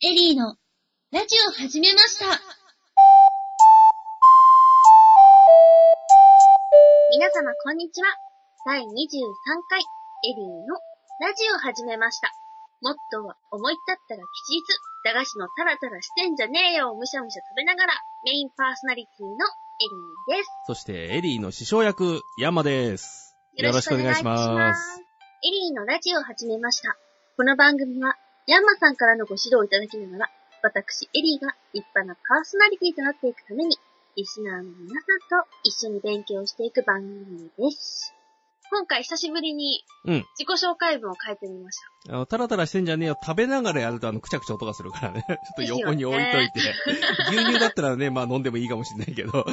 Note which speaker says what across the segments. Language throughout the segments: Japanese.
Speaker 1: エリーのラジオ始めました。皆様こんにちは。第23回エリーのラジオ始めました。もっとは思い立ったら吉日、駄菓子のタラタラしてんじゃねえよをむしゃむしゃ食べながらメインパーソナリティのエリーです。
Speaker 2: そして、エリーの師匠役、ヤンマです。よろしくお願いします。。
Speaker 1: エリーのラジオを始めました。この番組は、ヤンマさんからのご指導をいただきながら、私、エリーが立派なパーソナリティとなっていくために、リスナーの皆さんと一緒に勉強していく番組です。今回久しぶりに
Speaker 2: うん。
Speaker 1: 自己紹介文を書いてみました。
Speaker 2: あの、タラタラしてんじゃねえよ。食べながらやると、あの、くちゃくちゃ音がするから ね。ちょっと横に置いといて。 牛乳だったらね、まあ飲んでもいいかもしんないけど。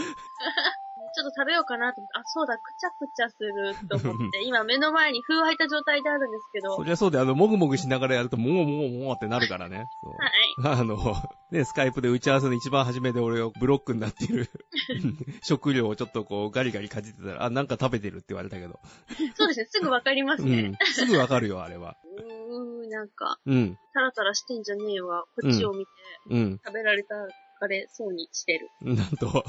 Speaker 1: ちょっと食べようかなと思って、あ、そうだ、くちゃくちゃすると思 って、今目の前に封入った状態であるんですけど、
Speaker 2: そ
Speaker 1: はい。
Speaker 2: りゃそうで、あの、もぐもぐしながらやると、もごもごもごってなるからね。そうあの、ね、スカイプで打ち合わせの一番初めで俺をブロックになってい る食料をちょっとこうガリガリかじってたら、あ、なんか食べてるって言われたけど。
Speaker 1: そうですね、すぐわかります
Speaker 2: う
Speaker 1: ね。
Speaker 2: ん。すぐわかるよ、あれは。
Speaker 1: うーん、なんか、
Speaker 2: うん。
Speaker 1: タラタラしてんじゃねえわ。こっちを見て、
Speaker 2: うん。
Speaker 1: 食べられたかれそうにしてる。
Speaker 2: なんと。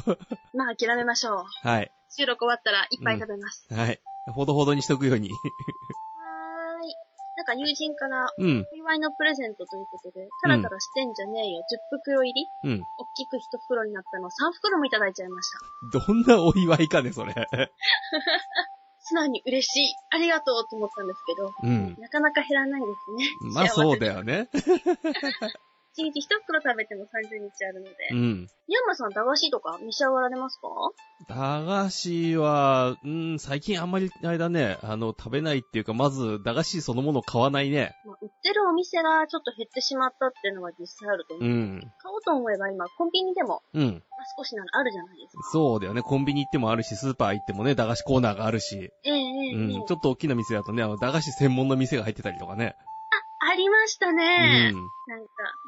Speaker 1: まあ諦めましょう。
Speaker 2: はい。
Speaker 1: 収録終わったらいっぱい食べます。
Speaker 2: はい。ほどほどにしとくように。
Speaker 1: はーい。なんか友人から、
Speaker 2: うん。
Speaker 1: お祝いのプレゼントということで、タラタラしてんじゃねえよ。10袋入り
Speaker 2: う
Speaker 1: 大
Speaker 2: ん。
Speaker 1: きく1袋になったのを3袋もいただいちゃいました。
Speaker 2: どんなお祝いかね、それ。
Speaker 1: 素直に嬉しい。ありがとうと思ったんですけど、
Speaker 2: うん。
Speaker 1: なかなか減らないですね。
Speaker 2: まあそうだ
Speaker 1: よ。
Speaker 2: よね。
Speaker 1: 1日1袋食べても30日あるので。
Speaker 2: うん。
Speaker 1: ヤンマさん、駄菓子とか召し上がられますか
Speaker 2: 駄菓子は、うん、最近あんまり、あれだね、あの、食べないっていうか、まず、駄菓子そのものを買わないね。
Speaker 1: まあ、売ってるお店がちょっと減ってしまったっていうのは実際あると思う。
Speaker 2: うん。
Speaker 1: 買おうと思えば今、コンビニでも、
Speaker 2: うん。
Speaker 1: まあ、少しならあるじゃないですか。
Speaker 2: そうだよね。コンビニ行ってもあるし、スーパー行ってもね、駄菓子コーナーがあるし。
Speaker 1: ええ
Speaker 2: う
Speaker 1: ええ
Speaker 2: ん。
Speaker 1: え
Speaker 2: ち
Speaker 1: え
Speaker 2: ょっと大きな店だとね、あの、駄菓子専門の店が入ってたりとかね。
Speaker 1: ありました
Speaker 2: う
Speaker 1: ね、なん
Speaker 2: ん。
Speaker 1: か、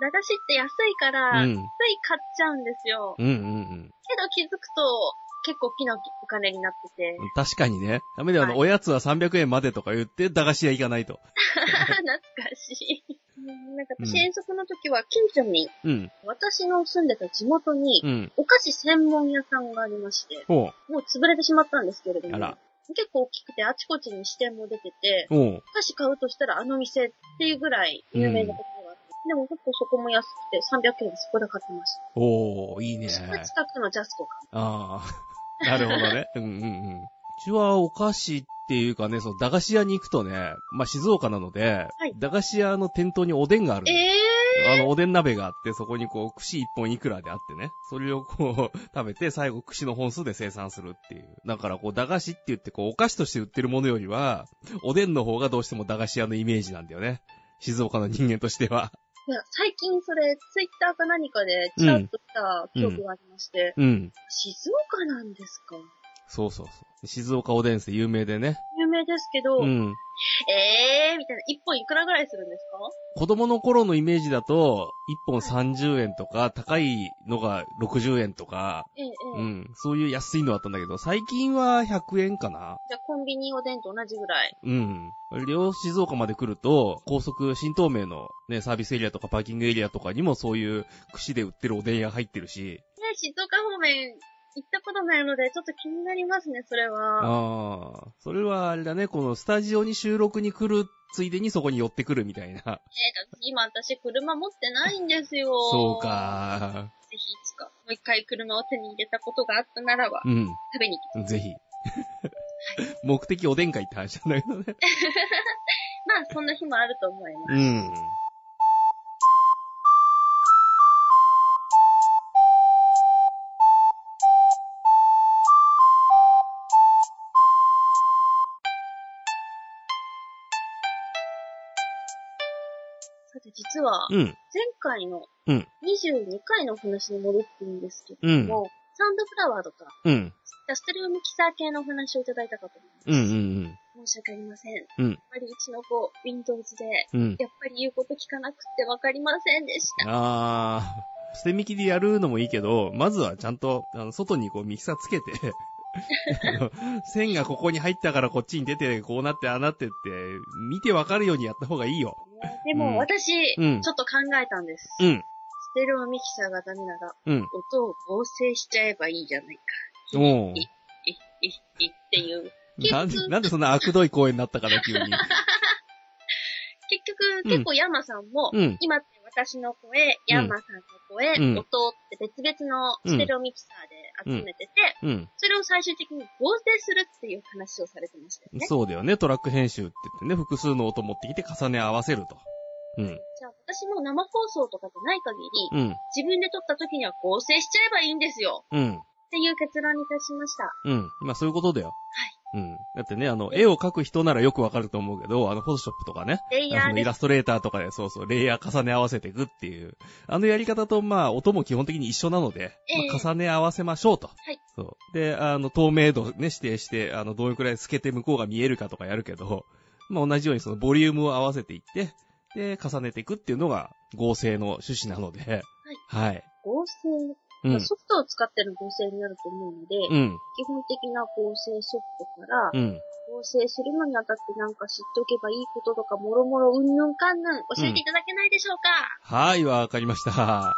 Speaker 1: 駄菓子って安いか
Speaker 2: う
Speaker 1: ら、つい
Speaker 2: ん。
Speaker 1: 買っちゃうんですよ。
Speaker 2: うんうん
Speaker 1: けど気づくと、結構大きなお金になってて
Speaker 2: う、ん。確かにね。ダメだよ、あの、
Speaker 1: はい
Speaker 2: おやつは300円までとか言って、駄菓子屋行かないと。
Speaker 1: 懐かしい。うんなんか私
Speaker 2: うん
Speaker 1: 遠足の時は近所に、
Speaker 2: うん。
Speaker 1: 私の住んでた地元に
Speaker 2: う、ん。
Speaker 1: お菓子専門屋さんがありまして、
Speaker 2: ほ
Speaker 1: もう潰れてしまったんですけれど
Speaker 2: あ
Speaker 1: も
Speaker 2: ら、
Speaker 1: 結構大きくてあちこちに支店も出てて、
Speaker 2: う。ほう。
Speaker 1: お菓子買うとしたらあの店っていうぐらい有名なところがあって、でも結構そこも安くて300円でそこで買ってました。
Speaker 2: おー、いい ね。
Speaker 1: 近くのジャスコか。
Speaker 2: ああ、なるほどね。 うんうんうん。うちはお菓子っていうかね、その駄菓子屋に行くとね、まあ、静岡なので、
Speaker 1: はい
Speaker 2: 駄菓子屋の店頭におでんがあるの。
Speaker 1: え
Speaker 2: あの、おでん鍋があって、そこにこう、串一本いくらであってね、それをこう、 食べて、最後串の本数で生産するっていう。だからこう、駄菓子って言って、こう、お菓子として売ってるものよりは、おでんの方がどうしても駄菓子屋のイメージなんだよね。静岡の人間としては。
Speaker 1: ー、いや最近それ、ツイッターか何かでチラッと来た記憶がありまして、
Speaker 2: うん。
Speaker 1: 静岡なんですか
Speaker 2: そうそうそう。静岡おでんって有名でね。
Speaker 1: 有名ですけど、
Speaker 2: うん。
Speaker 1: えー、みたいな、一本いくらぐらいするんですか
Speaker 2: 子供の頃のイメージだと、1本30円とか、高いのが60円とか、
Speaker 1: ええええ
Speaker 2: うん、そういう安いのあったんだけど、最近は100円かな
Speaker 1: じゃあコンビニおでんと同じぐらい。
Speaker 2: うん。両静岡まで来ると、高速、新東名のね、サービスエリアとかパーキングエリアとかにもそういう串で売ってるおでん屋入ってるし、
Speaker 1: ね、静岡方面行ったことないので、ちょっと気になりますね、それは。
Speaker 2: ああ、それはあれだね、このスタジオに収録に来るついでにそこに寄ってくるみたいな。
Speaker 1: えー、だって今私車持ってないんですよ。
Speaker 2: そう。か
Speaker 1: ぜひいつか、もう一回車を手に入れたことがあったならば、
Speaker 2: うん。
Speaker 1: 食べに行き
Speaker 2: ぜひ。 目的おでん会って話なんだけどね。
Speaker 1: まあ、そんな日もあると思います。
Speaker 2: うん。
Speaker 1: さて、実は、
Speaker 2: うん。
Speaker 1: 前回の、
Speaker 2: うん
Speaker 1: 22回のお話に戻っていいんですけど
Speaker 2: うん。
Speaker 1: も、サウンドフラワーとか、
Speaker 2: うん。
Speaker 1: ステレオミキサー系のお話をいただいたかと思います。
Speaker 2: うん。うん。
Speaker 1: 申し訳ありません。
Speaker 2: うん
Speaker 1: やっぱりうちの子、Windows で、
Speaker 2: うん。
Speaker 1: やっぱり言うこと聞かなくってわかりませんでした。
Speaker 2: あー。捨て身きでやるのもいいけど、まずはちゃんと、あの、外にこうミキサーつけて、あの線がここに入ったからこっちに出て、こうなって、ああなってって、見てわかるようにやった方がいいよ。
Speaker 1: ねで
Speaker 2: うん
Speaker 1: も私、
Speaker 2: うん
Speaker 1: ちょっと考えたんです。
Speaker 2: うん。
Speaker 1: ステレオミキサーがダメなら、
Speaker 2: うん。
Speaker 1: 音を合成しちゃえばいいじゃないか。
Speaker 2: おう
Speaker 1: い、い、いっていう。
Speaker 2: なんで、なんでそんな悪どい声になったかな、急に。
Speaker 1: 結局、結構ヤンマさんも、
Speaker 2: うん。
Speaker 1: 今って私の声、ヤンマさんの声、
Speaker 2: うん
Speaker 1: 音って別々のステレオミキサーで集めてて、
Speaker 2: うん。
Speaker 1: それを最終的に合成するっていう話をされてましたよね。
Speaker 2: そうだよね。トラック編集って言ってね、複数の音持ってきて重ね合わせると。うん。
Speaker 1: じゃあ私も生放送とかじゃない限り、
Speaker 2: うん。
Speaker 1: 自分で撮った時には合成しちゃえばいいんですよ
Speaker 2: うん。
Speaker 1: っていう結論に達しました。
Speaker 2: うん。まあそういうことだよ。はい。うん。だってね、あの、絵を描く人ならよくわかると思うけど、あの、フォトショップとかね。
Speaker 1: レイ
Speaker 2: あ
Speaker 1: ヤー
Speaker 2: の
Speaker 1: で
Speaker 2: イラストレーターとかで、そうそう、レイヤー重ね合わせていくっていう。あのやり方と、まあ、音も基本的に一緒なので、
Speaker 1: ええ
Speaker 2: まあ重ね合わせましょうと。
Speaker 1: い
Speaker 2: そう。で、あの、透明度ね、指定して、あの、どういうくらい透けて向こうが見えるかとかやるけど、まあ、同じようにそのボリュームを合わせていって、で、重ねていくっていうのが合成の趣旨なので、はい。
Speaker 1: 合成、
Speaker 2: うん。
Speaker 1: ソフトを使っての合成になると思うので、
Speaker 2: うん。
Speaker 1: 基本的な合成ソフトから、
Speaker 2: うん。
Speaker 1: 合成するのにあたってなんか知っておけばいいこととか、もろもろうんぬんかんぬん教えていただけないでしょうか、
Speaker 2: はい、わかりました。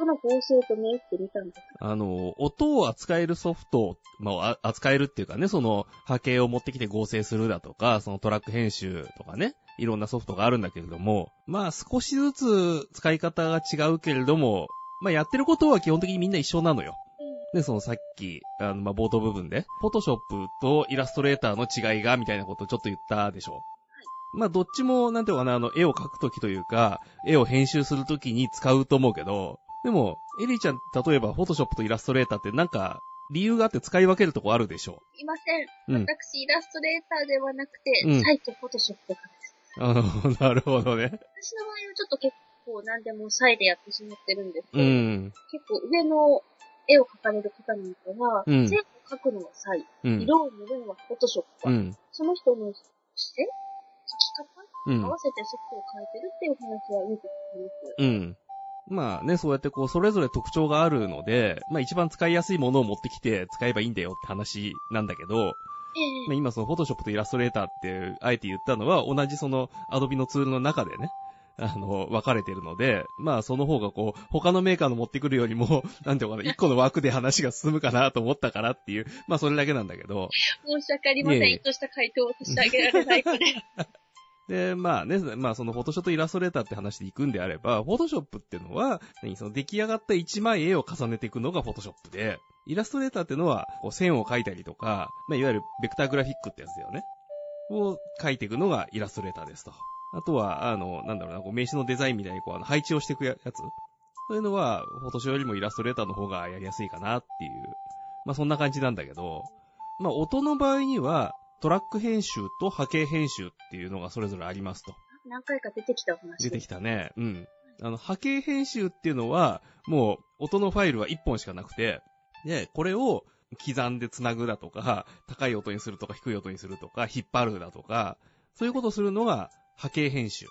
Speaker 1: 音の合成と目打ってみたんです
Speaker 2: あの、音を扱えるソフトを、まあ、あ扱えるっていうかね、その波形を持ってきて合成するだとか、そのトラック編集とかね、いろんなソフトがあるんだけれども、まあ少しずつ使い方が違うけれども、まあやってることは基本的にみんな一緒なのよ。で、そのさっき、あの、まあ、冒頭部分で、フォトショップとイラストレーターの違いが、みたいなことをちょっと言ったでしょ。まあ、どっちも、なんていうのかな、あの、絵を描くときというか、絵を編集するときに使うと思うけど、でも、エリーちゃん、例えば、フォトショップとイラストレーターってなんか、理由があって使い分けるとこあるでしょ
Speaker 1: いません。
Speaker 2: うん。
Speaker 1: 私、イラストレーターではなくて、
Speaker 2: うん
Speaker 1: サイト、フォトショップとかです。
Speaker 2: あの、 なるほど
Speaker 1: 私の場合は
Speaker 2: ね。
Speaker 1: ちょっと結構何でもサイでやってしまってるんですけ
Speaker 2: う
Speaker 1: ど、
Speaker 2: ん。
Speaker 1: 結構上の絵を描かれる方なんかは、
Speaker 2: うん
Speaker 1: 線を描くのはサイ、
Speaker 2: うん。
Speaker 1: 色を塗るのはフォトショップ、
Speaker 2: うん。
Speaker 1: その人の視線描き方
Speaker 2: うん
Speaker 1: 合。わせてソフトを変えてるっていう話はよく聞きます。
Speaker 2: うん。まあね、そうやってこう、それぞれ特徴があるので、まあ一番使いやすいものを持ってきて使えばいいんだよって話なんだけど、まあ今そのフォトショップとイラストレーターって、あえて言ったのは、同じそのアドビのツールの中でね、あの、分かれてるので、まあその方がこう、他のメーカーの持ってくるよりも、なんていうのかな、一個の枠で話が進むかなと思ったからっていう、まあそれだけなんだけど、
Speaker 1: 申し訳ありません。
Speaker 2: いえいえ
Speaker 1: 意図した回答を差し上げられない ので。
Speaker 2: で、まあね、まあそのフォトショーとイラストレーターって話でいくんであれば、フォトショップっていうのは、何その出来上がった一枚絵を重ねていくのがフォトショップで、イラストレーターっていうのは、こう線を描いたりとか、まあいわゆるベクターグラフィックってやつだよね。を描いていくのがイラストレーターですと。あとは、あの、なんだろうな、こう名刺のデザインみたいにこう、あの配置をしていくややつ。そういうのは、フォトショーよりもイラストレーターの方がやりやすいかなっていう。まあそんな感じなんだけど、まあ音の場合には、トラック編集と波形編集っていうのがそれぞれありますと。
Speaker 1: 何回か出てきたお話
Speaker 2: 出てきたね。うん。あの、波形編集っていうのは、もう、音のファイルは1本しかなくて、で、これを刻んで繋ぐだとか、高い音にするとか低い音にするとか、引っ張るだとか、そういうことをするのが波形編集。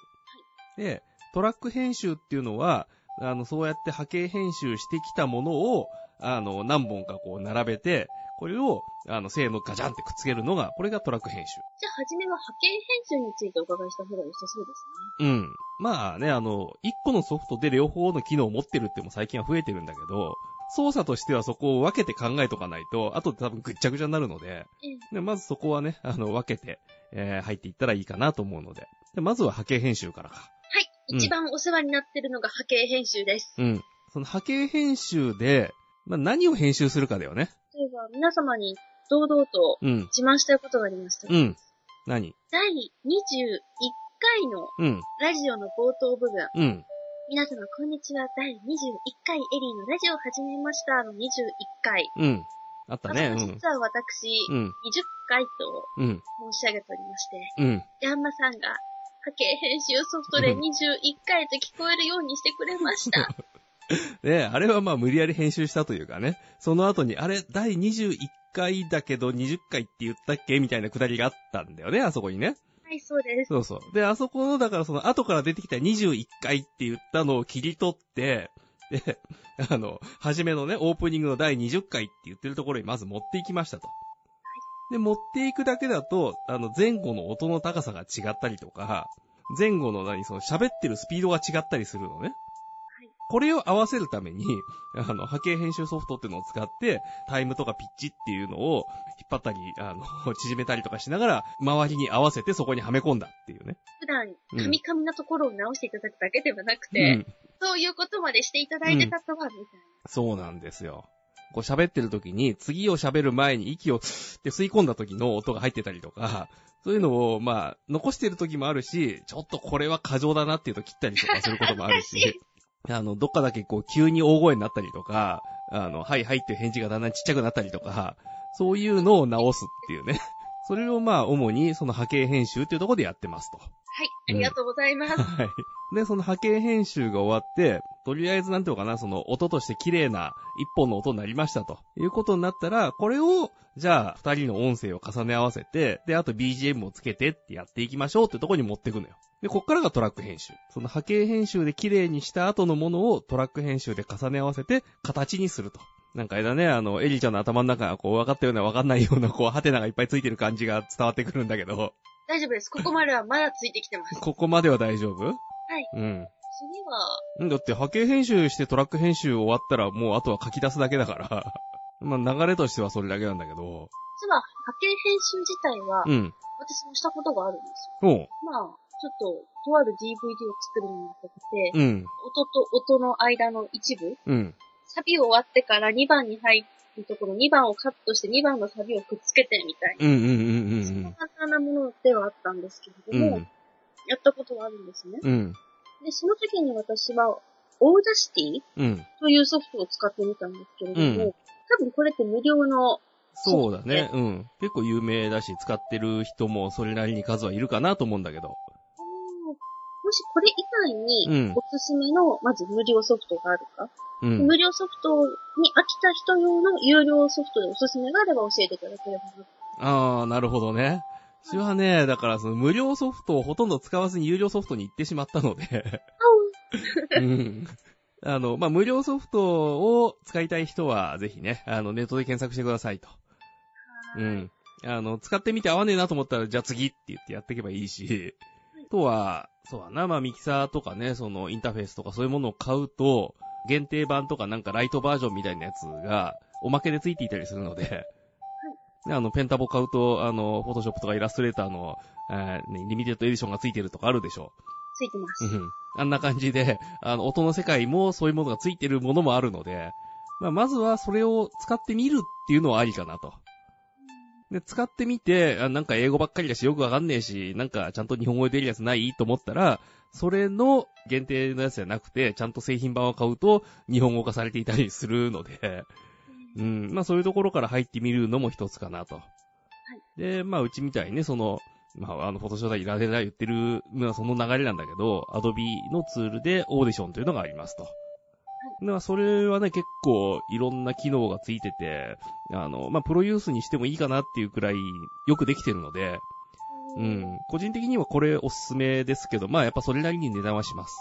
Speaker 2: で、トラック編集っていうのは、あの、そうやって波形編集してきたものを、あの、何本かこう並べて、これを、あの、正のガチャンってくっつけるのが、これがトラック編集。
Speaker 1: じゃあ、初めは派遣編集についてお伺いした方が良さそうです
Speaker 2: うん。まあね、あの、一個のソフトで両方の機能を持ってるっても最近は増えてるんだけど、操作としてはそこを分けて考えとかないと、後で多分ぐっちゃぐちゃになるので、
Speaker 1: ね。
Speaker 2: でまずそこはね、あの、分けて、えー入っていったらいいかなと思うので。で、まずは波形編集からか。うん
Speaker 1: 一番お世話になってるのが派遣編集です。
Speaker 2: うん。その波形編集で、まあ何を編集するかだよね。
Speaker 1: 例えば、皆様に堂々と
Speaker 2: うん。
Speaker 1: 自慢したいことがありました。
Speaker 2: うん。何
Speaker 1: 第21回の
Speaker 2: うん。
Speaker 1: ラジオの冒頭部分。
Speaker 2: うん。
Speaker 1: 皆様、こんにちは。第21回エリーのラジオを始めました。の21回。
Speaker 2: うん。あったね。うん。
Speaker 1: 実は私、
Speaker 2: うん。
Speaker 1: 20回と
Speaker 2: うん。
Speaker 1: 申し上げておりまして、
Speaker 2: うん。
Speaker 1: ヤンマさんが波形編集ソフトで21回と聞こえるようにしてくれま した。
Speaker 2: で、あれはまあ無理やり編集したというかね、その後に、あれ、第21回だけど20回って言ったっけみたいなくだりがあったんだよね、あそこにね。
Speaker 1: ははい、そうです。
Speaker 2: そうそう。で、あそこの、だからその後から出てきた21回って言ったのを切り取って、で、 あの、初めのね、オープニングの第20回って言ってるところにまず持っていきましたと。で、持っていくだけだと、あの、前後の音の高さが違ったりとか、前後の何、その喋ってるスピードが違ったりするのね。これを合わせるために、あの、波形編集ソフトっていうのを使って、タイムとかピッチっていうのを引っ張ったり、あの、 縮めたりとかしながら、周りに合わせてそこにはめ込んだっていうね。
Speaker 1: 普段、
Speaker 2: うん
Speaker 1: カミカミなところを直していただくだけではなく
Speaker 2: う
Speaker 1: て、
Speaker 2: ん。
Speaker 1: そういうことまでしていただいてたとは、みたいな。
Speaker 2: そうなんですよ。こう喋ってる時に、次を喋る前に息をつって吸い込んだ時の音が入ってたりとか、そういうのを、まあ、残してる時もあるし、ちょっとこれは過剰だなっていうと切ったりとかすることもある
Speaker 1: 恥ずか
Speaker 2: し、あの、どっかだけこう急に大声になったりとか、あの、はいはいっていう返事がだんだんちっちゃくなったりとか、そういうのを直すっていうね。それをまあ、主にその波形編集っていうところでやってますと。
Speaker 1: はい、ありがとうござい ます。
Speaker 2: はい。で、その波形編集が終わって、とりあえずなんていうのかな、その音として綺麗な一本の音になりましたということになったら、これを、じゃあ二人の音声を重ね合わせて、で、あと BGM をつけてってやっていきましょうってとこに持ってくのよ。で、こっからがトラック編集。その波形編集で綺麗にした後のものをトラック編集で重ね合わせて形にすると。なんかあれだね、あの、エリちゃんの頭の中がこう分かったような分かんないようなこう、ハテナがいっぱいついてる感じが伝わってくるんだけど、
Speaker 1: 大丈夫です。ここまではまだついてきてます。。
Speaker 2: ここまでは大丈夫はいうん。
Speaker 1: 次は、
Speaker 2: うんだって波形編集してトラック編集終わったらもうあとは書き出すだけだから。 まあ流れとしてはそれだけなんだけど。
Speaker 1: 実は、波形編集自体は、
Speaker 2: うん。
Speaker 1: 私もしたことがあるんですよ。
Speaker 2: おう。
Speaker 1: まあ、ちょっと、とある DVD を作るにあたって、
Speaker 2: うん。
Speaker 1: 音と音の間の一部、
Speaker 2: うん。
Speaker 1: サビ終わってから2番に入るところ、2番をカットして2番のサビをくっつけてみたいな、
Speaker 2: うんうんうんう
Speaker 1: そんなん簡単なものではあったんですけれ
Speaker 2: う
Speaker 1: ど
Speaker 2: ん。
Speaker 1: も、
Speaker 2: うん。
Speaker 1: やったことがあるんですね。
Speaker 2: うん。
Speaker 1: で、その時に私は、オーダーシティ
Speaker 2: うん。
Speaker 1: というソフトを使ってみたんですけれども、
Speaker 2: うん
Speaker 1: 多分これって無料の、
Speaker 2: そうだね。うん。結構有名だし、使ってる人もそれなりに数はいるかなと思うんだけど。
Speaker 1: もしこれ以外に
Speaker 2: うん
Speaker 1: おすすめの、まず無料ソフトがあるか、
Speaker 2: うん。
Speaker 1: 無料ソフトに飽きた人用の有料ソフトでおすすめがあれば教えていただければな。
Speaker 2: ああ、なるほどね。私はね、だからその無料ソフトをほとんど使わずに有料ソフトに行ってしまったので。うん。あの、まあ、無料ソフトを使いたい人は、ぜひね、あの、ネットで検索してくださいと。うん。あの、使ってみて合わねえなと思ったら、じゃあ次って言ってやっていけばいいし、あとは、そうだな、まあ、ミキサーとかね、その、インターフェースとかそういうものを買うと、限定版とかなんかライトバージョンみたいなやつが、おまけでついていたりするので、であの、ペンタボ買うと、あの、フォトショップとかイラストレーターの、えーねリミテッドエディションがついてるとかあるでしょ。
Speaker 1: ついてま
Speaker 2: う
Speaker 1: す。
Speaker 2: ん。あんな感じで、あの、音の世界もそういうものがついてるものもあるので、まあ、まずはそれを使ってみるっていうのはありかなと。で、使ってみて、あなんか英語ばっかりだしよくわかんねえし、なんかちゃんと日本語で出るやつないと思ったら、それの限定のやつじゃなくて、ちゃんと製品版を買うと日本語化されていたりするので、うん、まあそういうところから入ってみるのも一つかなと。で、まあうちみたいにね、その、まあ、あの、フォトショーだ、いられない言ってるのはその流れなんだけど、アドビのツールでオーディションというのがありますと。まあ、それはね、結構いろんな機能がついてて、あの、まあ、プロユースにしてもいいかなっていうくらいよくできてるので、う
Speaker 1: うん
Speaker 2: ん、個人的にはこれおすすめですけど、まあ、やっぱそれなりに値段はします。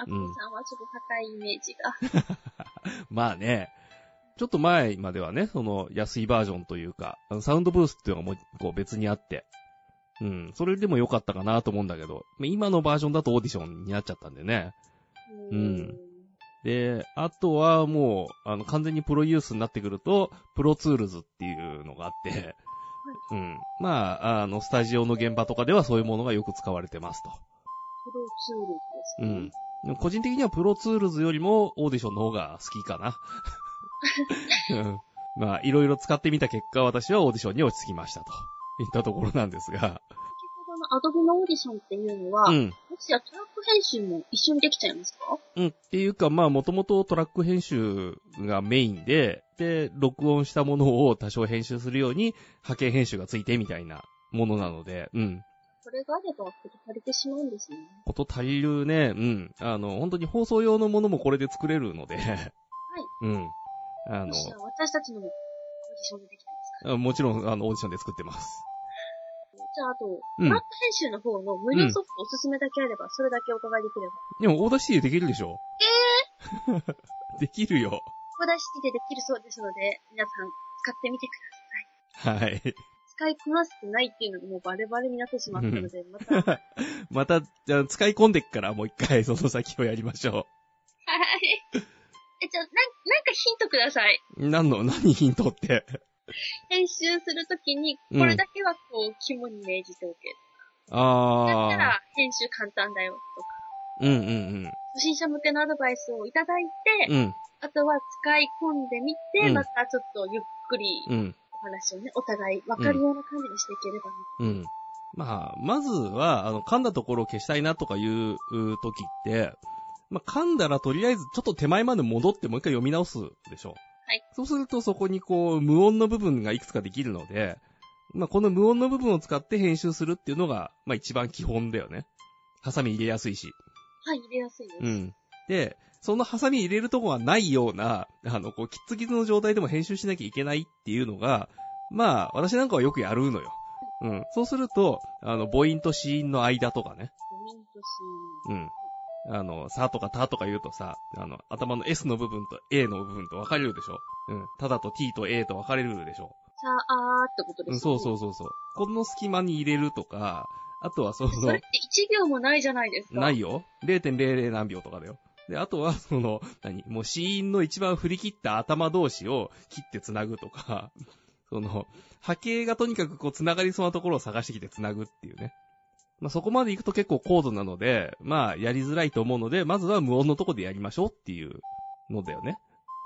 Speaker 1: アッコさんはちょっと高いイメージが。
Speaker 2: まあね、ちょっと前まではね、その安いバージョンというか、あのサウンドブースっていうのがもう一個別にあって、うん、それでも良かったかなと思うんだけど、まあ今のバージョンだとオーディションになっちゃったんでね。
Speaker 1: う
Speaker 2: うんで、あとはもう、あの、完全にプロユースになってくると、プロツールズっていうのがあって、うん。まあ、あの、スタジオの現場とかではそういうものがよく使われてますと。
Speaker 1: プロツールです
Speaker 2: う
Speaker 1: ね。
Speaker 2: ん。個人的にはプロツールズよりもオーディションの方が好きかな。うんまあ、いろいろ使ってみた結果、私はオーディションに落ち着きましたと。いったところなんですが。
Speaker 1: 先ほどのアドビのオーディションっていうのは、
Speaker 2: う
Speaker 1: も
Speaker 2: ん。
Speaker 1: しやトラック編集も一緒にできちゃいますか
Speaker 2: うん。っていうか、まあ、もともとトラック編集がメインで、で、録音したものを多少編集するように、波形編集がついてみたいなものなので、うん。
Speaker 1: これがあれば、こと足りてしまうんですね。
Speaker 2: こと足りるね。うん。あの、本当に放送用のものもこれで作れるので。うん。あ
Speaker 1: も
Speaker 2: の、
Speaker 1: しや私たちのオーディションができたんですか
Speaker 2: あもちろん、あの、オーディションで作ってます。
Speaker 1: じゃあ、あと、
Speaker 2: うん
Speaker 1: マップ編集の方の無料ソフトおすすめだけあれば、それだけお伺いできれば。
Speaker 2: でも、オーダーシティでできるでしょえ できるよ。
Speaker 1: ここ出してでできるそうですので、皆さん使ってみてください。
Speaker 2: はい。
Speaker 1: 使いこなせてないっていうのがもうバレバレになってしまったので、また、はい。
Speaker 2: また、じゃあ使い込んでっからもう一回その先をやりましょ
Speaker 1: え、じゃあ、なん、なんかヒントください。
Speaker 2: う。何の、何ヒントって。
Speaker 1: 編集するときに、
Speaker 2: うん
Speaker 1: これだけはこう、肝に銘じておけ。だった
Speaker 2: あ
Speaker 1: ら、編集簡単だよ、とか。
Speaker 2: ー。うんうん
Speaker 1: 初心者向けのアドバイスをいただいて、
Speaker 2: うん。うん
Speaker 1: あとは使い込んでみて、
Speaker 2: うん
Speaker 1: またちょっとゆっくり
Speaker 2: うん
Speaker 1: お話をね、お互い分かるような感じにしていければ、
Speaker 2: うん。まあ、まずは、あの、噛んだところを消したいなとかいうう時って、まあ、噛んだらとりあえずちょっと手前まで戻ってもう一回読み直すでしょ。
Speaker 1: はい。
Speaker 2: そうするとそこにこう、無音の部分がいくつかできるので、まあ、この無音の部分を使って編集するっていうのが、まあ、一番基本だよね。ハサミ入れやすいし。
Speaker 1: はい、入れやすいです。
Speaker 2: うん。で、そのハサミ入れるとこがないような、あの、こう、キッツキツの状態でも編集しなきゃいけないっていうのが、まあ、私なんかはよくやるのよ。うん。そうすると、あの、母音と子音の間とかね。
Speaker 1: ミントシ
Speaker 2: うん。あの、さとかたとか言うとさ、あの、頭の S の部分と A の部分と分かれるでしょうん。ただと T と A と分かれるでしょ
Speaker 1: ーさあーってこと
Speaker 2: う
Speaker 1: で
Speaker 2: ん、
Speaker 1: すよ
Speaker 2: そ
Speaker 1: ね
Speaker 2: うそうそうそう。この隙間に入れるとか、あとはその、
Speaker 1: それって1秒もないじゃないですか。
Speaker 2: ないよ。0.00何秒とかだよ。で、あとは、その、何もう死因の一番振り切った頭同士を切って繋ぐとか、 その、波形がとにかくこう繋がりそうなところを探してきて繋ぐっていうね。まあ、そこまで行くと結構高度なので、まあ、やりづらいと思うので、まずは無音のとこでやりましょうっていうのだよね。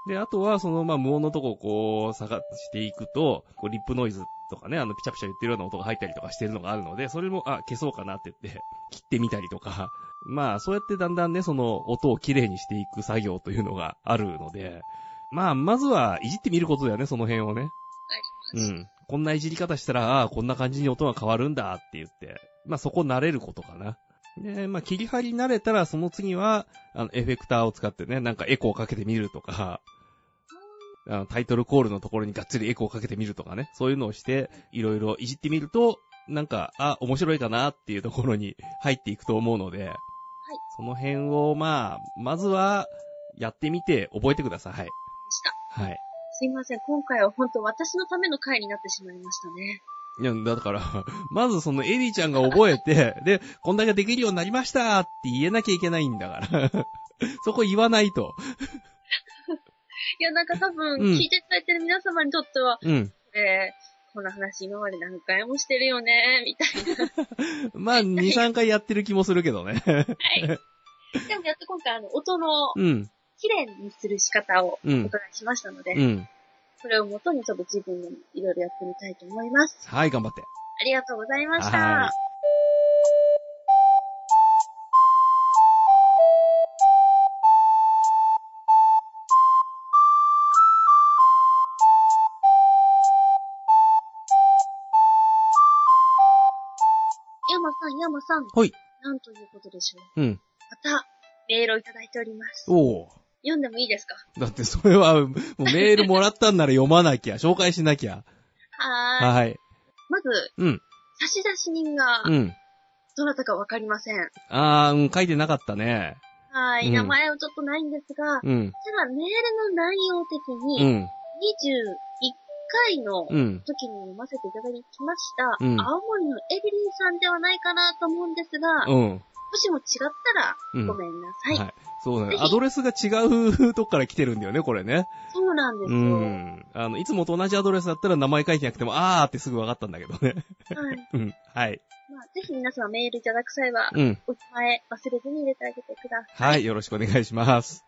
Speaker 2: で、あとは、その、まあ、無音のとこをこう、探していくと、こう、リップノイズとかね、あの、ピチャピチャ言ってるような音が入ったりとかしてるのがあるので、それも、あ、消そうかなって言って、切ってみたりとか、まあ、そうやってだんだんね、その音をきれいにしていく作業というのがあるので、まあ、まずはいじってみることだよね、その辺をね。う
Speaker 1: ります
Speaker 2: ん。こんないじり方したら、ああ、こんな感じに音が変わるんだって言って、まあそこ慣れることかな。で、まあ切り張り慣れたら、その次は、あの、エフェクターを使ってね、なんかエコーをかけてみるとか、あの、タイトルコールのところにがっつりエコーをかけてみるとかね、そういうのをして、いろいろいじってみると、なんか、あ、面白いかなっていうところに入っていくと思うので、その辺を、まあ、まずは、やってみて覚えてください。
Speaker 1: した。
Speaker 2: はい。
Speaker 1: すいません、今回は本当私のための回になってしまいましたね。
Speaker 2: いや、だから、 まずそのエリーちゃんが覚えて、で、こんだけできるようになりましたって言えなきゃいけないんだから。 そこ言わないと。
Speaker 1: いや、なんか多分、
Speaker 2: うん
Speaker 1: 聞いていただいてる皆様にとっては、
Speaker 2: うん。
Speaker 1: えー、この話今まで何回もしてるよね、みた い
Speaker 2: まあ、2、3回やってる気もするけどね。
Speaker 1: な。はい。でもやっと今回、あの、音の
Speaker 2: うん。
Speaker 1: 綺麗にする仕方を
Speaker 2: う
Speaker 1: お
Speaker 2: ん。
Speaker 1: 伺いしましたので、
Speaker 2: うん。
Speaker 1: それをもとにちょっと自分でもいろいろやってみたいと思います。
Speaker 2: はい、頑張って。
Speaker 1: ありがとうございまし
Speaker 2: はい
Speaker 1: た。山さん、山さん。
Speaker 2: はい。
Speaker 1: なんということでしょう。
Speaker 2: うん。
Speaker 1: また、メールをいただいております。
Speaker 2: おお。
Speaker 1: 読んでもいいですか
Speaker 2: だってそれは、もうメールもらったんなら読まなきゃ、紹介しなきゃ。
Speaker 1: はーい。
Speaker 2: はい。
Speaker 1: まず、
Speaker 2: うん。
Speaker 1: 差出人が
Speaker 2: う、ん。
Speaker 1: どなたかわかりません。
Speaker 2: あー、うん、書いてなかったね。
Speaker 1: はー
Speaker 2: う
Speaker 1: い。
Speaker 2: ん
Speaker 1: 名前はちょっとないんですが、た
Speaker 2: うん。
Speaker 1: だメールの内容的
Speaker 2: う
Speaker 1: に、21
Speaker 2: ん。
Speaker 1: 回の
Speaker 2: うん。
Speaker 1: 時に読ませていただきました、
Speaker 2: うん
Speaker 1: 青森のエビリンさんではないかなと思うんですが、も
Speaker 2: うん。
Speaker 1: しも違ったら
Speaker 2: うん
Speaker 1: ご。めんなさい。
Speaker 2: はい。そうだ
Speaker 1: ぜ
Speaker 2: ね。
Speaker 1: ひ
Speaker 2: アドレスが違うとこから来てるんだよね、これね。
Speaker 1: そうなんです
Speaker 2: う
Speaker 1: よ。
Speaker 2: ん。あの、いつもと同じアドレスだったら名前書いてなくても、あーってすぐ分かったんだけどね。
Speaker 1: はい。
Speaker 2: うん。はい。
Speaker 1: まあ、ぜひ皆様メールいただく際は、
Speaker 2: うん。
Speaker 1: お名前忘れずに入れてあげてください。
Speaker 2: はい。よろしくお願いします。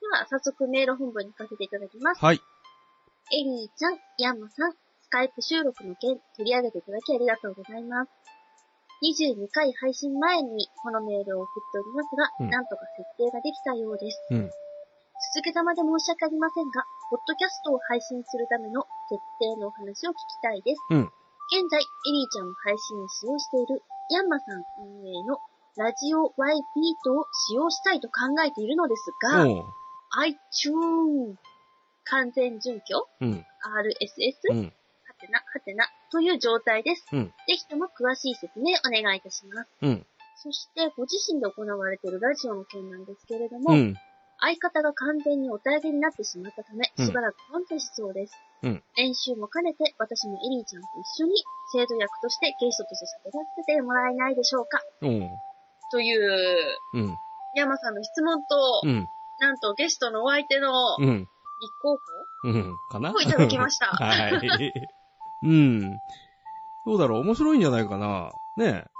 Speaker 1: では、早速メール本文に書かせていただきます。
Speaker 2: はい。
Speaker 1: エリーちゃん、ヤンマさん、スカイプ収録の件取り上げていただきありがとうございます。22回配信前にこのメールを送っておりますが、
Speaker 2: うん
Speaker 1: なんとか設定ができたようです。
Speaker 2: うん。
Speaker 1: 続けたまで申し訳ありませんが、ポッドキャストを配信するための設定のお話を聞きたいです。
Speaker 2: うん
Speaker 1: 現在、エリーちゃんの配信に使用している、ヤンマさん運営のラジオ Y ビートを使用したいと考えているのです
Speaker 2: お
Speaker 1: が、
Speaker 2: う
Speaker 1: iTune 完全準拠
Speaker 2: うん。
Speaker 1: ?RSS?
Speaker 2: うん。
Speaker 1: はてな、はてな、という状態です。
Speaker 2: うん
Speaker 1: ぜひとも詳しい説明お願いいたします。
Speaker 2: うん。
Speaker 1: そして、ご自身で行われているラジオの件なんですけれども、
Speaker 2: うん。
Speaker 1: 相方が完全にお便りになってしまったため、
Speaker 2: うん
Speaker 1: しばらく安定しそうです。
Speaker 2: うん
Speaker 1: 練習も兼ねて、私もエリーちゃんと一緒に、生徒役としてゲストとして喋らせてもらえないでしょうか
Speaker 2: うん。
Speaker 1: という、
Speaker 2: うん。
Speaker 1: 山さんの質問と、
Speaker 2: うん。
Speaker 1: なんとゲストのお相手の立
Speaker 2: うん。
Speaker 1: 候補
Speaker 2: うん。かな
Speaker 1: をいただきました。
Speaker 2: はい。うん。どうだろう面白いんじゃないかな。ねえ。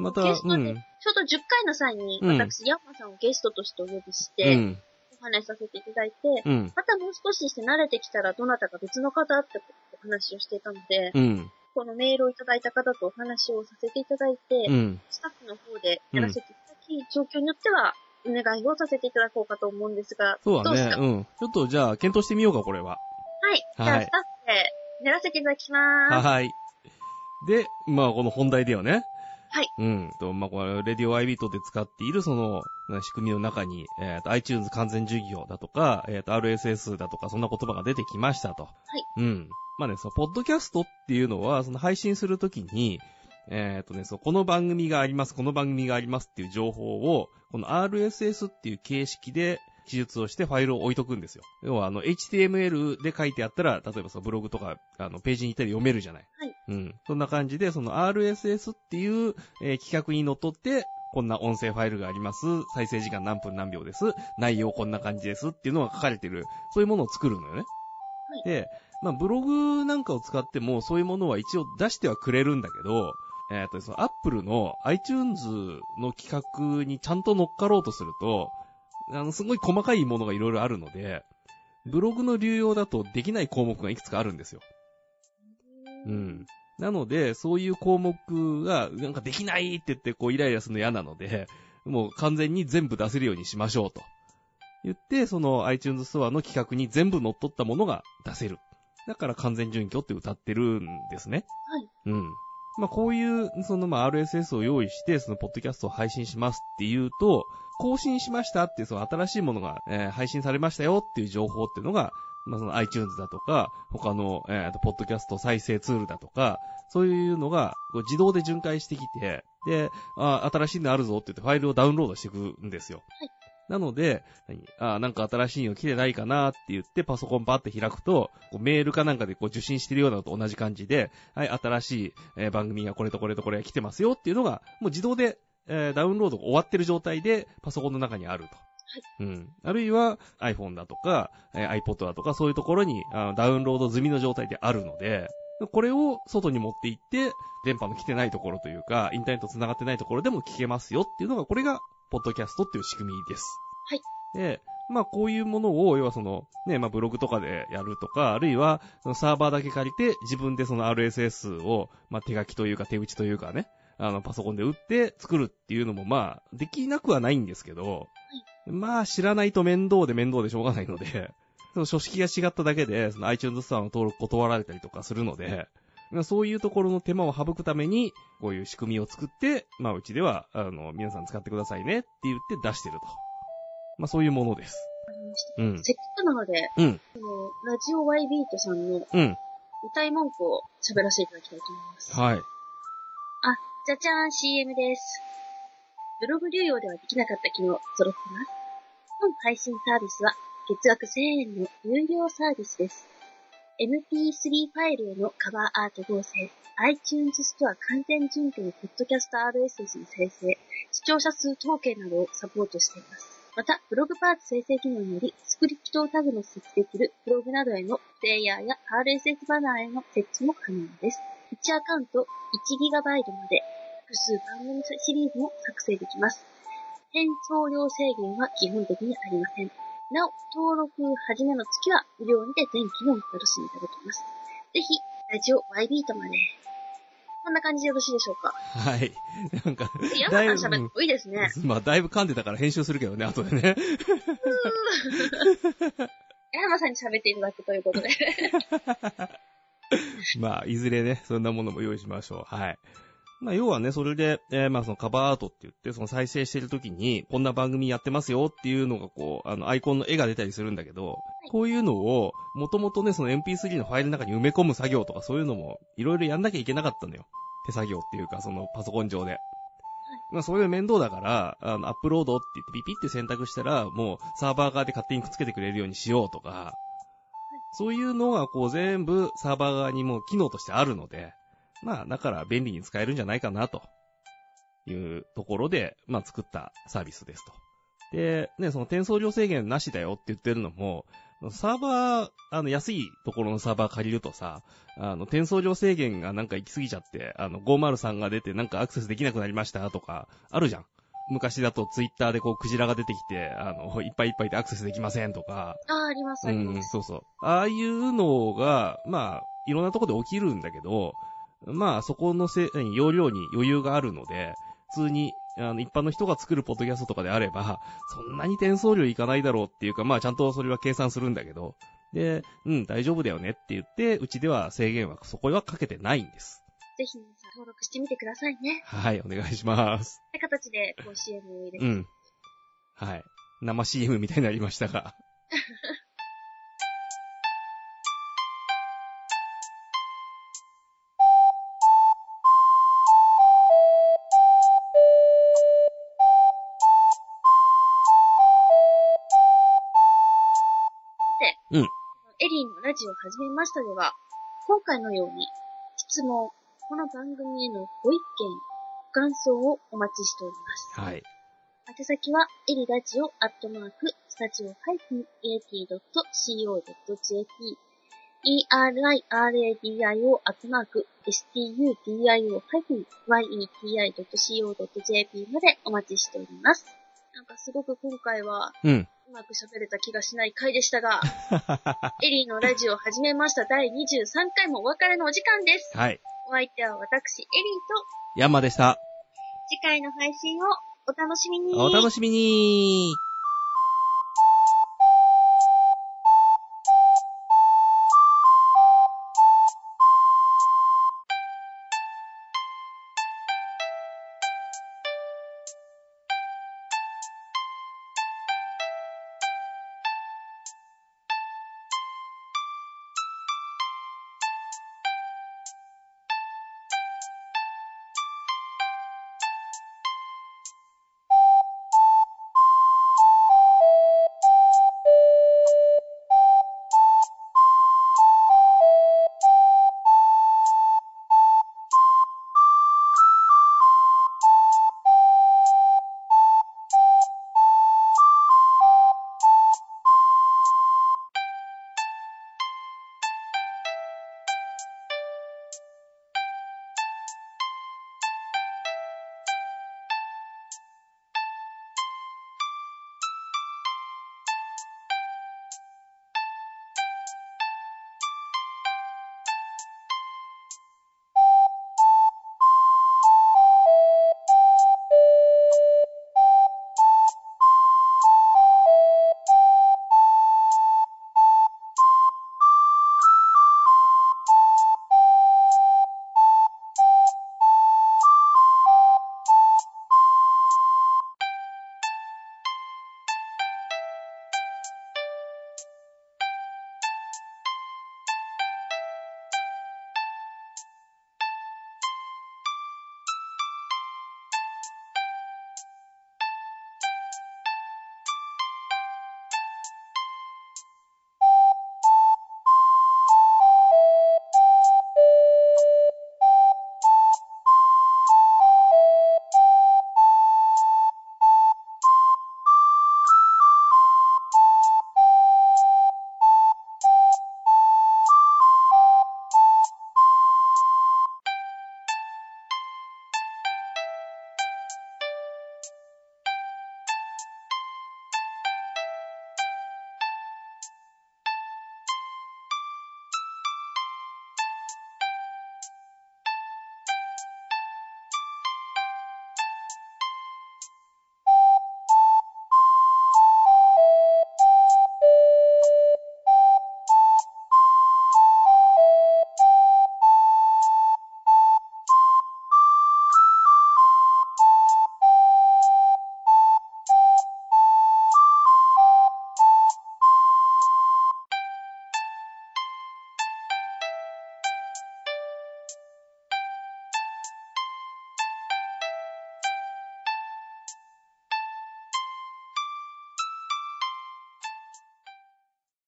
Speaker 2: また、
Speaker 1: ゲス
Speaker 2: う
Speaker 1: トで
Speaker 2: ん。
Speaker 1: ちょうど10回の際に、
Speaker 2: うん
Speaker 1: 私、ヤンマさんをゲストとしてお呼びし
Speaker 2: う
Speaker 1: て、
Speaker 2: ん。
Speaker 1: お話しさせていただいて、
Speaker 2: うん。
Speaker 1: またもう少しして慣れてきたら、どなたか別の方ってお話をしていたので、
Speaker 2: うん。
Speaker 1: このメールをいただいた方とお話をさせていただいて、
Speaker 2: うん。
Speaker 1: スタッフの方でやらせていただき、状況によっては、お願いをさせていただこうかと思うんですが、
Speaker 2: そう
Speaker 1: ど
Speaker 2: だ
Speaker 1: うです
Speaker 2: ね
Speaker 1: か。
Speaker 2: うん。ちょっとじゃあ、検討してみようか、これは。
Speaker 1: はい。じゃ
Speaker 2: は
Speaker 1: あ、
Speaker 2: い
Speaker 1: スタッフで、寝らせていただきます。
Speaker 2: はい。で、まあ、この本題だよね。
Speaker 1: はい。。
Speaker 2: うん。と、まあ、これ、レディオアイビートで使っている、その、仕組みの中に、えっ、と、iTunes 完全授業だとか、えっ、と、RSS だとか、そんな言葉が出てきましたと。はいうん。まあね、その、ポッドキャストっていうのは、その、配信するときに、えっ、とね、そう、この番組があります、この番組がありますっていう情報を、この RSS っていう形式で、記述をしてファイルを置いとくんですよ。要は、あの、HTML で書いてあったら、例えばそのブログとか、あの、ページに行ったら読めるじゃない。
Speaker 1: はい。
Speaker 2: うん。そんな感じで、その RSS っていう、えー企画にのっとって、こんな音声ファイルがあります。再生時間何分何秒です。内容こんな感じですっていうのが書かれてる。そういうものを作るのよね。
Speaker 1: はい
Speaker 2: で、まあ、ブログなんかを使っても、そういうものは一応出してはくれるんだけど、えっ、と、その Apple の iTunes の企画にちゃんと乗っかろうとすると、あの、すごい細かいものがいろいろあるので、ブログの流用だとできない項目がいくつかあるんですよ。うん。なので、そういう項目が、なんかできないって言って、こう、イライラするの嫌なので、もう完全に全部出せるようにしましょうと。言って、その iTunes ストアの企画に全部乗っ取ったものが出せる。だから完全準拠って歌ってるんですね。
Speaker 1: はい。
Speaker 2: うん。まあ、こういう、その、まあ、RSS を用意して、その、ポッドキャストを配信しますっていうと、更新しましたっていう、その、新しいものが、えー配信されましたよっていう情報っていうのが、まあ、その iTunes だとか、他の、えーと、ポッドキャスト再生ツールだとか、そういうのが、こう自動で巡回してきて、で、あ、新しいのあるぞって言ってファイルをダウンロードしていくんですよ。
Speaker 1: はい
Speaker 2: なので、何あ、なんか新しいの来てないかなって言ってパソコンパって開くと、こうメールかなんかでこう受信してるようなのと同じ感じで、はい、新しい、えー番組がこれとこれとこれが来てますよっていうのが、もう自動で、えーダウンロードが終わってる状態でパソコンの中にあると。うん。あるいは iPhone だとか、えー iPod だとかそういうところにあダウンロード済みの状態であるので、これを外に持って行って、電波の来てないところというか、インターネット繋がってないところでも聞けますよっていうのが、これが、ポッドキャストっていう仕組みです。
Speaker 1: はい。
Speaker 2: で、まあこういうものを、要はその、ね、まあブログとかでやるとか、あるいは、そのサーバーだけ借りて、自分でその RSS を、まあ手書きというか手打ちというかね、あの、パソコンで打って作るっていうのも、まあ、できなくはないんですけど、まあ知らないと面倒で面倒でしょうがないので、 その書式が違っただけで、その iTunes ストアの登録断られたりとかするので、まあそういうところの手間を省くために、こういう仕組みを作って、まあうちでは、あの、皆さん使ってくださいねって言って出してると。まあそういうものです。うん。
Speaker 1: せっかくなので、
Speaker 2: うん。
Speaker 1: そのラジオ Y ビートさんの
Speaker 2: うん。
Speaker 1: 歌い文句を喋らせていただきたいと思います。
Speaker 2: はい。
Speaker 1: じゃじゃーん CM です。ブログ流用ではできなかった機能、揃ってます。本配信サービスは月額1000円の有料サービスです。MP3 ファイルへのカバーアート合成、iTunes ストア完全準拠のポッドキャスト RSS の生成、視聴者数統計などをサポートしています。また、ブログパーツ生成機能により、スクリプトをタグの設置できるブログなどへのプレイヤーや RSS バナーへの設置も可能です。1アカウント 1GB まで複数番組シリーズも作成できます。変送料制限は基本的にありません。なお、登録初めの月は無料にて全機能をお楽しみいただけます。ぜひ、ラジオ YB とまで。こんな感じでよろしいでしょう か。
Speaker 2: はい。 なんか、だい
Speaker 1: 山
Speaker 2: ぶ
Speaker 1: さん喋ってもいいですね。
Speaker 2: うんまあだいぶ噛んでたから編集するけどね、後でね。
Speaker 1: 山さんに喋っていただくということで。
Speaker 2: まあ、いずれね、そんなものも用意しましょう。はい。まあ、要はね、それで、えーまあ、そのカバーアートって言って、その再生してる時に、こんな番組やってますよっていうのが、こう、あの、アイコンの絵が出たりするんだけど、こういうのを、もともとね、その MP3 のファイルの中に埋め込む作業とかそういうのも、いろいろやんなきゃいけなかったのよ。手作業っていうか、そのパソコン上で。まあ、それが面倒だから、あの、アップロードって言ってピピって選択したら、もうサーバー側で勝手にくっつけてくれるようにしようとか、そういうのがこう全部サーバー側にもう機能としてあるので、まあ、だから便利に使えるんじゃないかな、というところで、まあ、作ったサービスですと。で、ね、その転送量制限なしだよって言ってるのも、サーバー、あの、安いところのサーバー借りるとさ、あの、転送量制限がなんか行き過ぎちゃって、あの、503が出てなんかアクセスできなくなりましたとか、あるじゃん。昔だとツイッターでこうクジラが出てきて、あの、いっぱいいっぱいでアクセスできませんとか、
Speaker 1: ああ、あります、あり
Speaker 2: う
Speaker 1: ま
Speaker 2: ん、
Speaker 1: す。
Speaker 2: そうそう。ああいうのが、まあ、いろんなとこで起きるんだけど、まあ、そこのせ、何容量に余裕があるので、普通に、あの、一般の人が作るポッドキャストとかであれば、そんなに転送量いかないだろうっていうか、まあ、ちゃんとそれは計算するんだけど、で、うん、大丈夫だよねって言って、うちでは制限は、そこはかけてないんです。
Speaker 1: ぜひ、ね、登録してみてくださいね。
Speaker 2: はい、お願いします。
Speaker 1: って形で、こう CM を入れて、
Speaker 2: うん。はい。生 CM みたいになりましたが。うん
Speaker 1: エリーのラジオを始めましたでは、今回のように、質問、この番組へのご意見、ご感想をお待ちしております。
Speaker 2: はい。
Speaker 1: 宛先は、エリラジオアットマーク、スタジオ -at.co.jp、eriradio アットマーク、studio-yeti.co.jp までお待ちしております。なんかすごく今回は、
Speaker 2: うん。
Speaker 1: うまく喋れた気がしない回でしたが、エリーのラジオを始めました第23回もお別れのお時間です。
Speaker 2: はい。
Speaker 1: お相手は私、エリーと、
Speaker 2: ヤンマでした。
Speaker 1: 次回の配信をお楽しみに。
Speaker 2: お楽しみに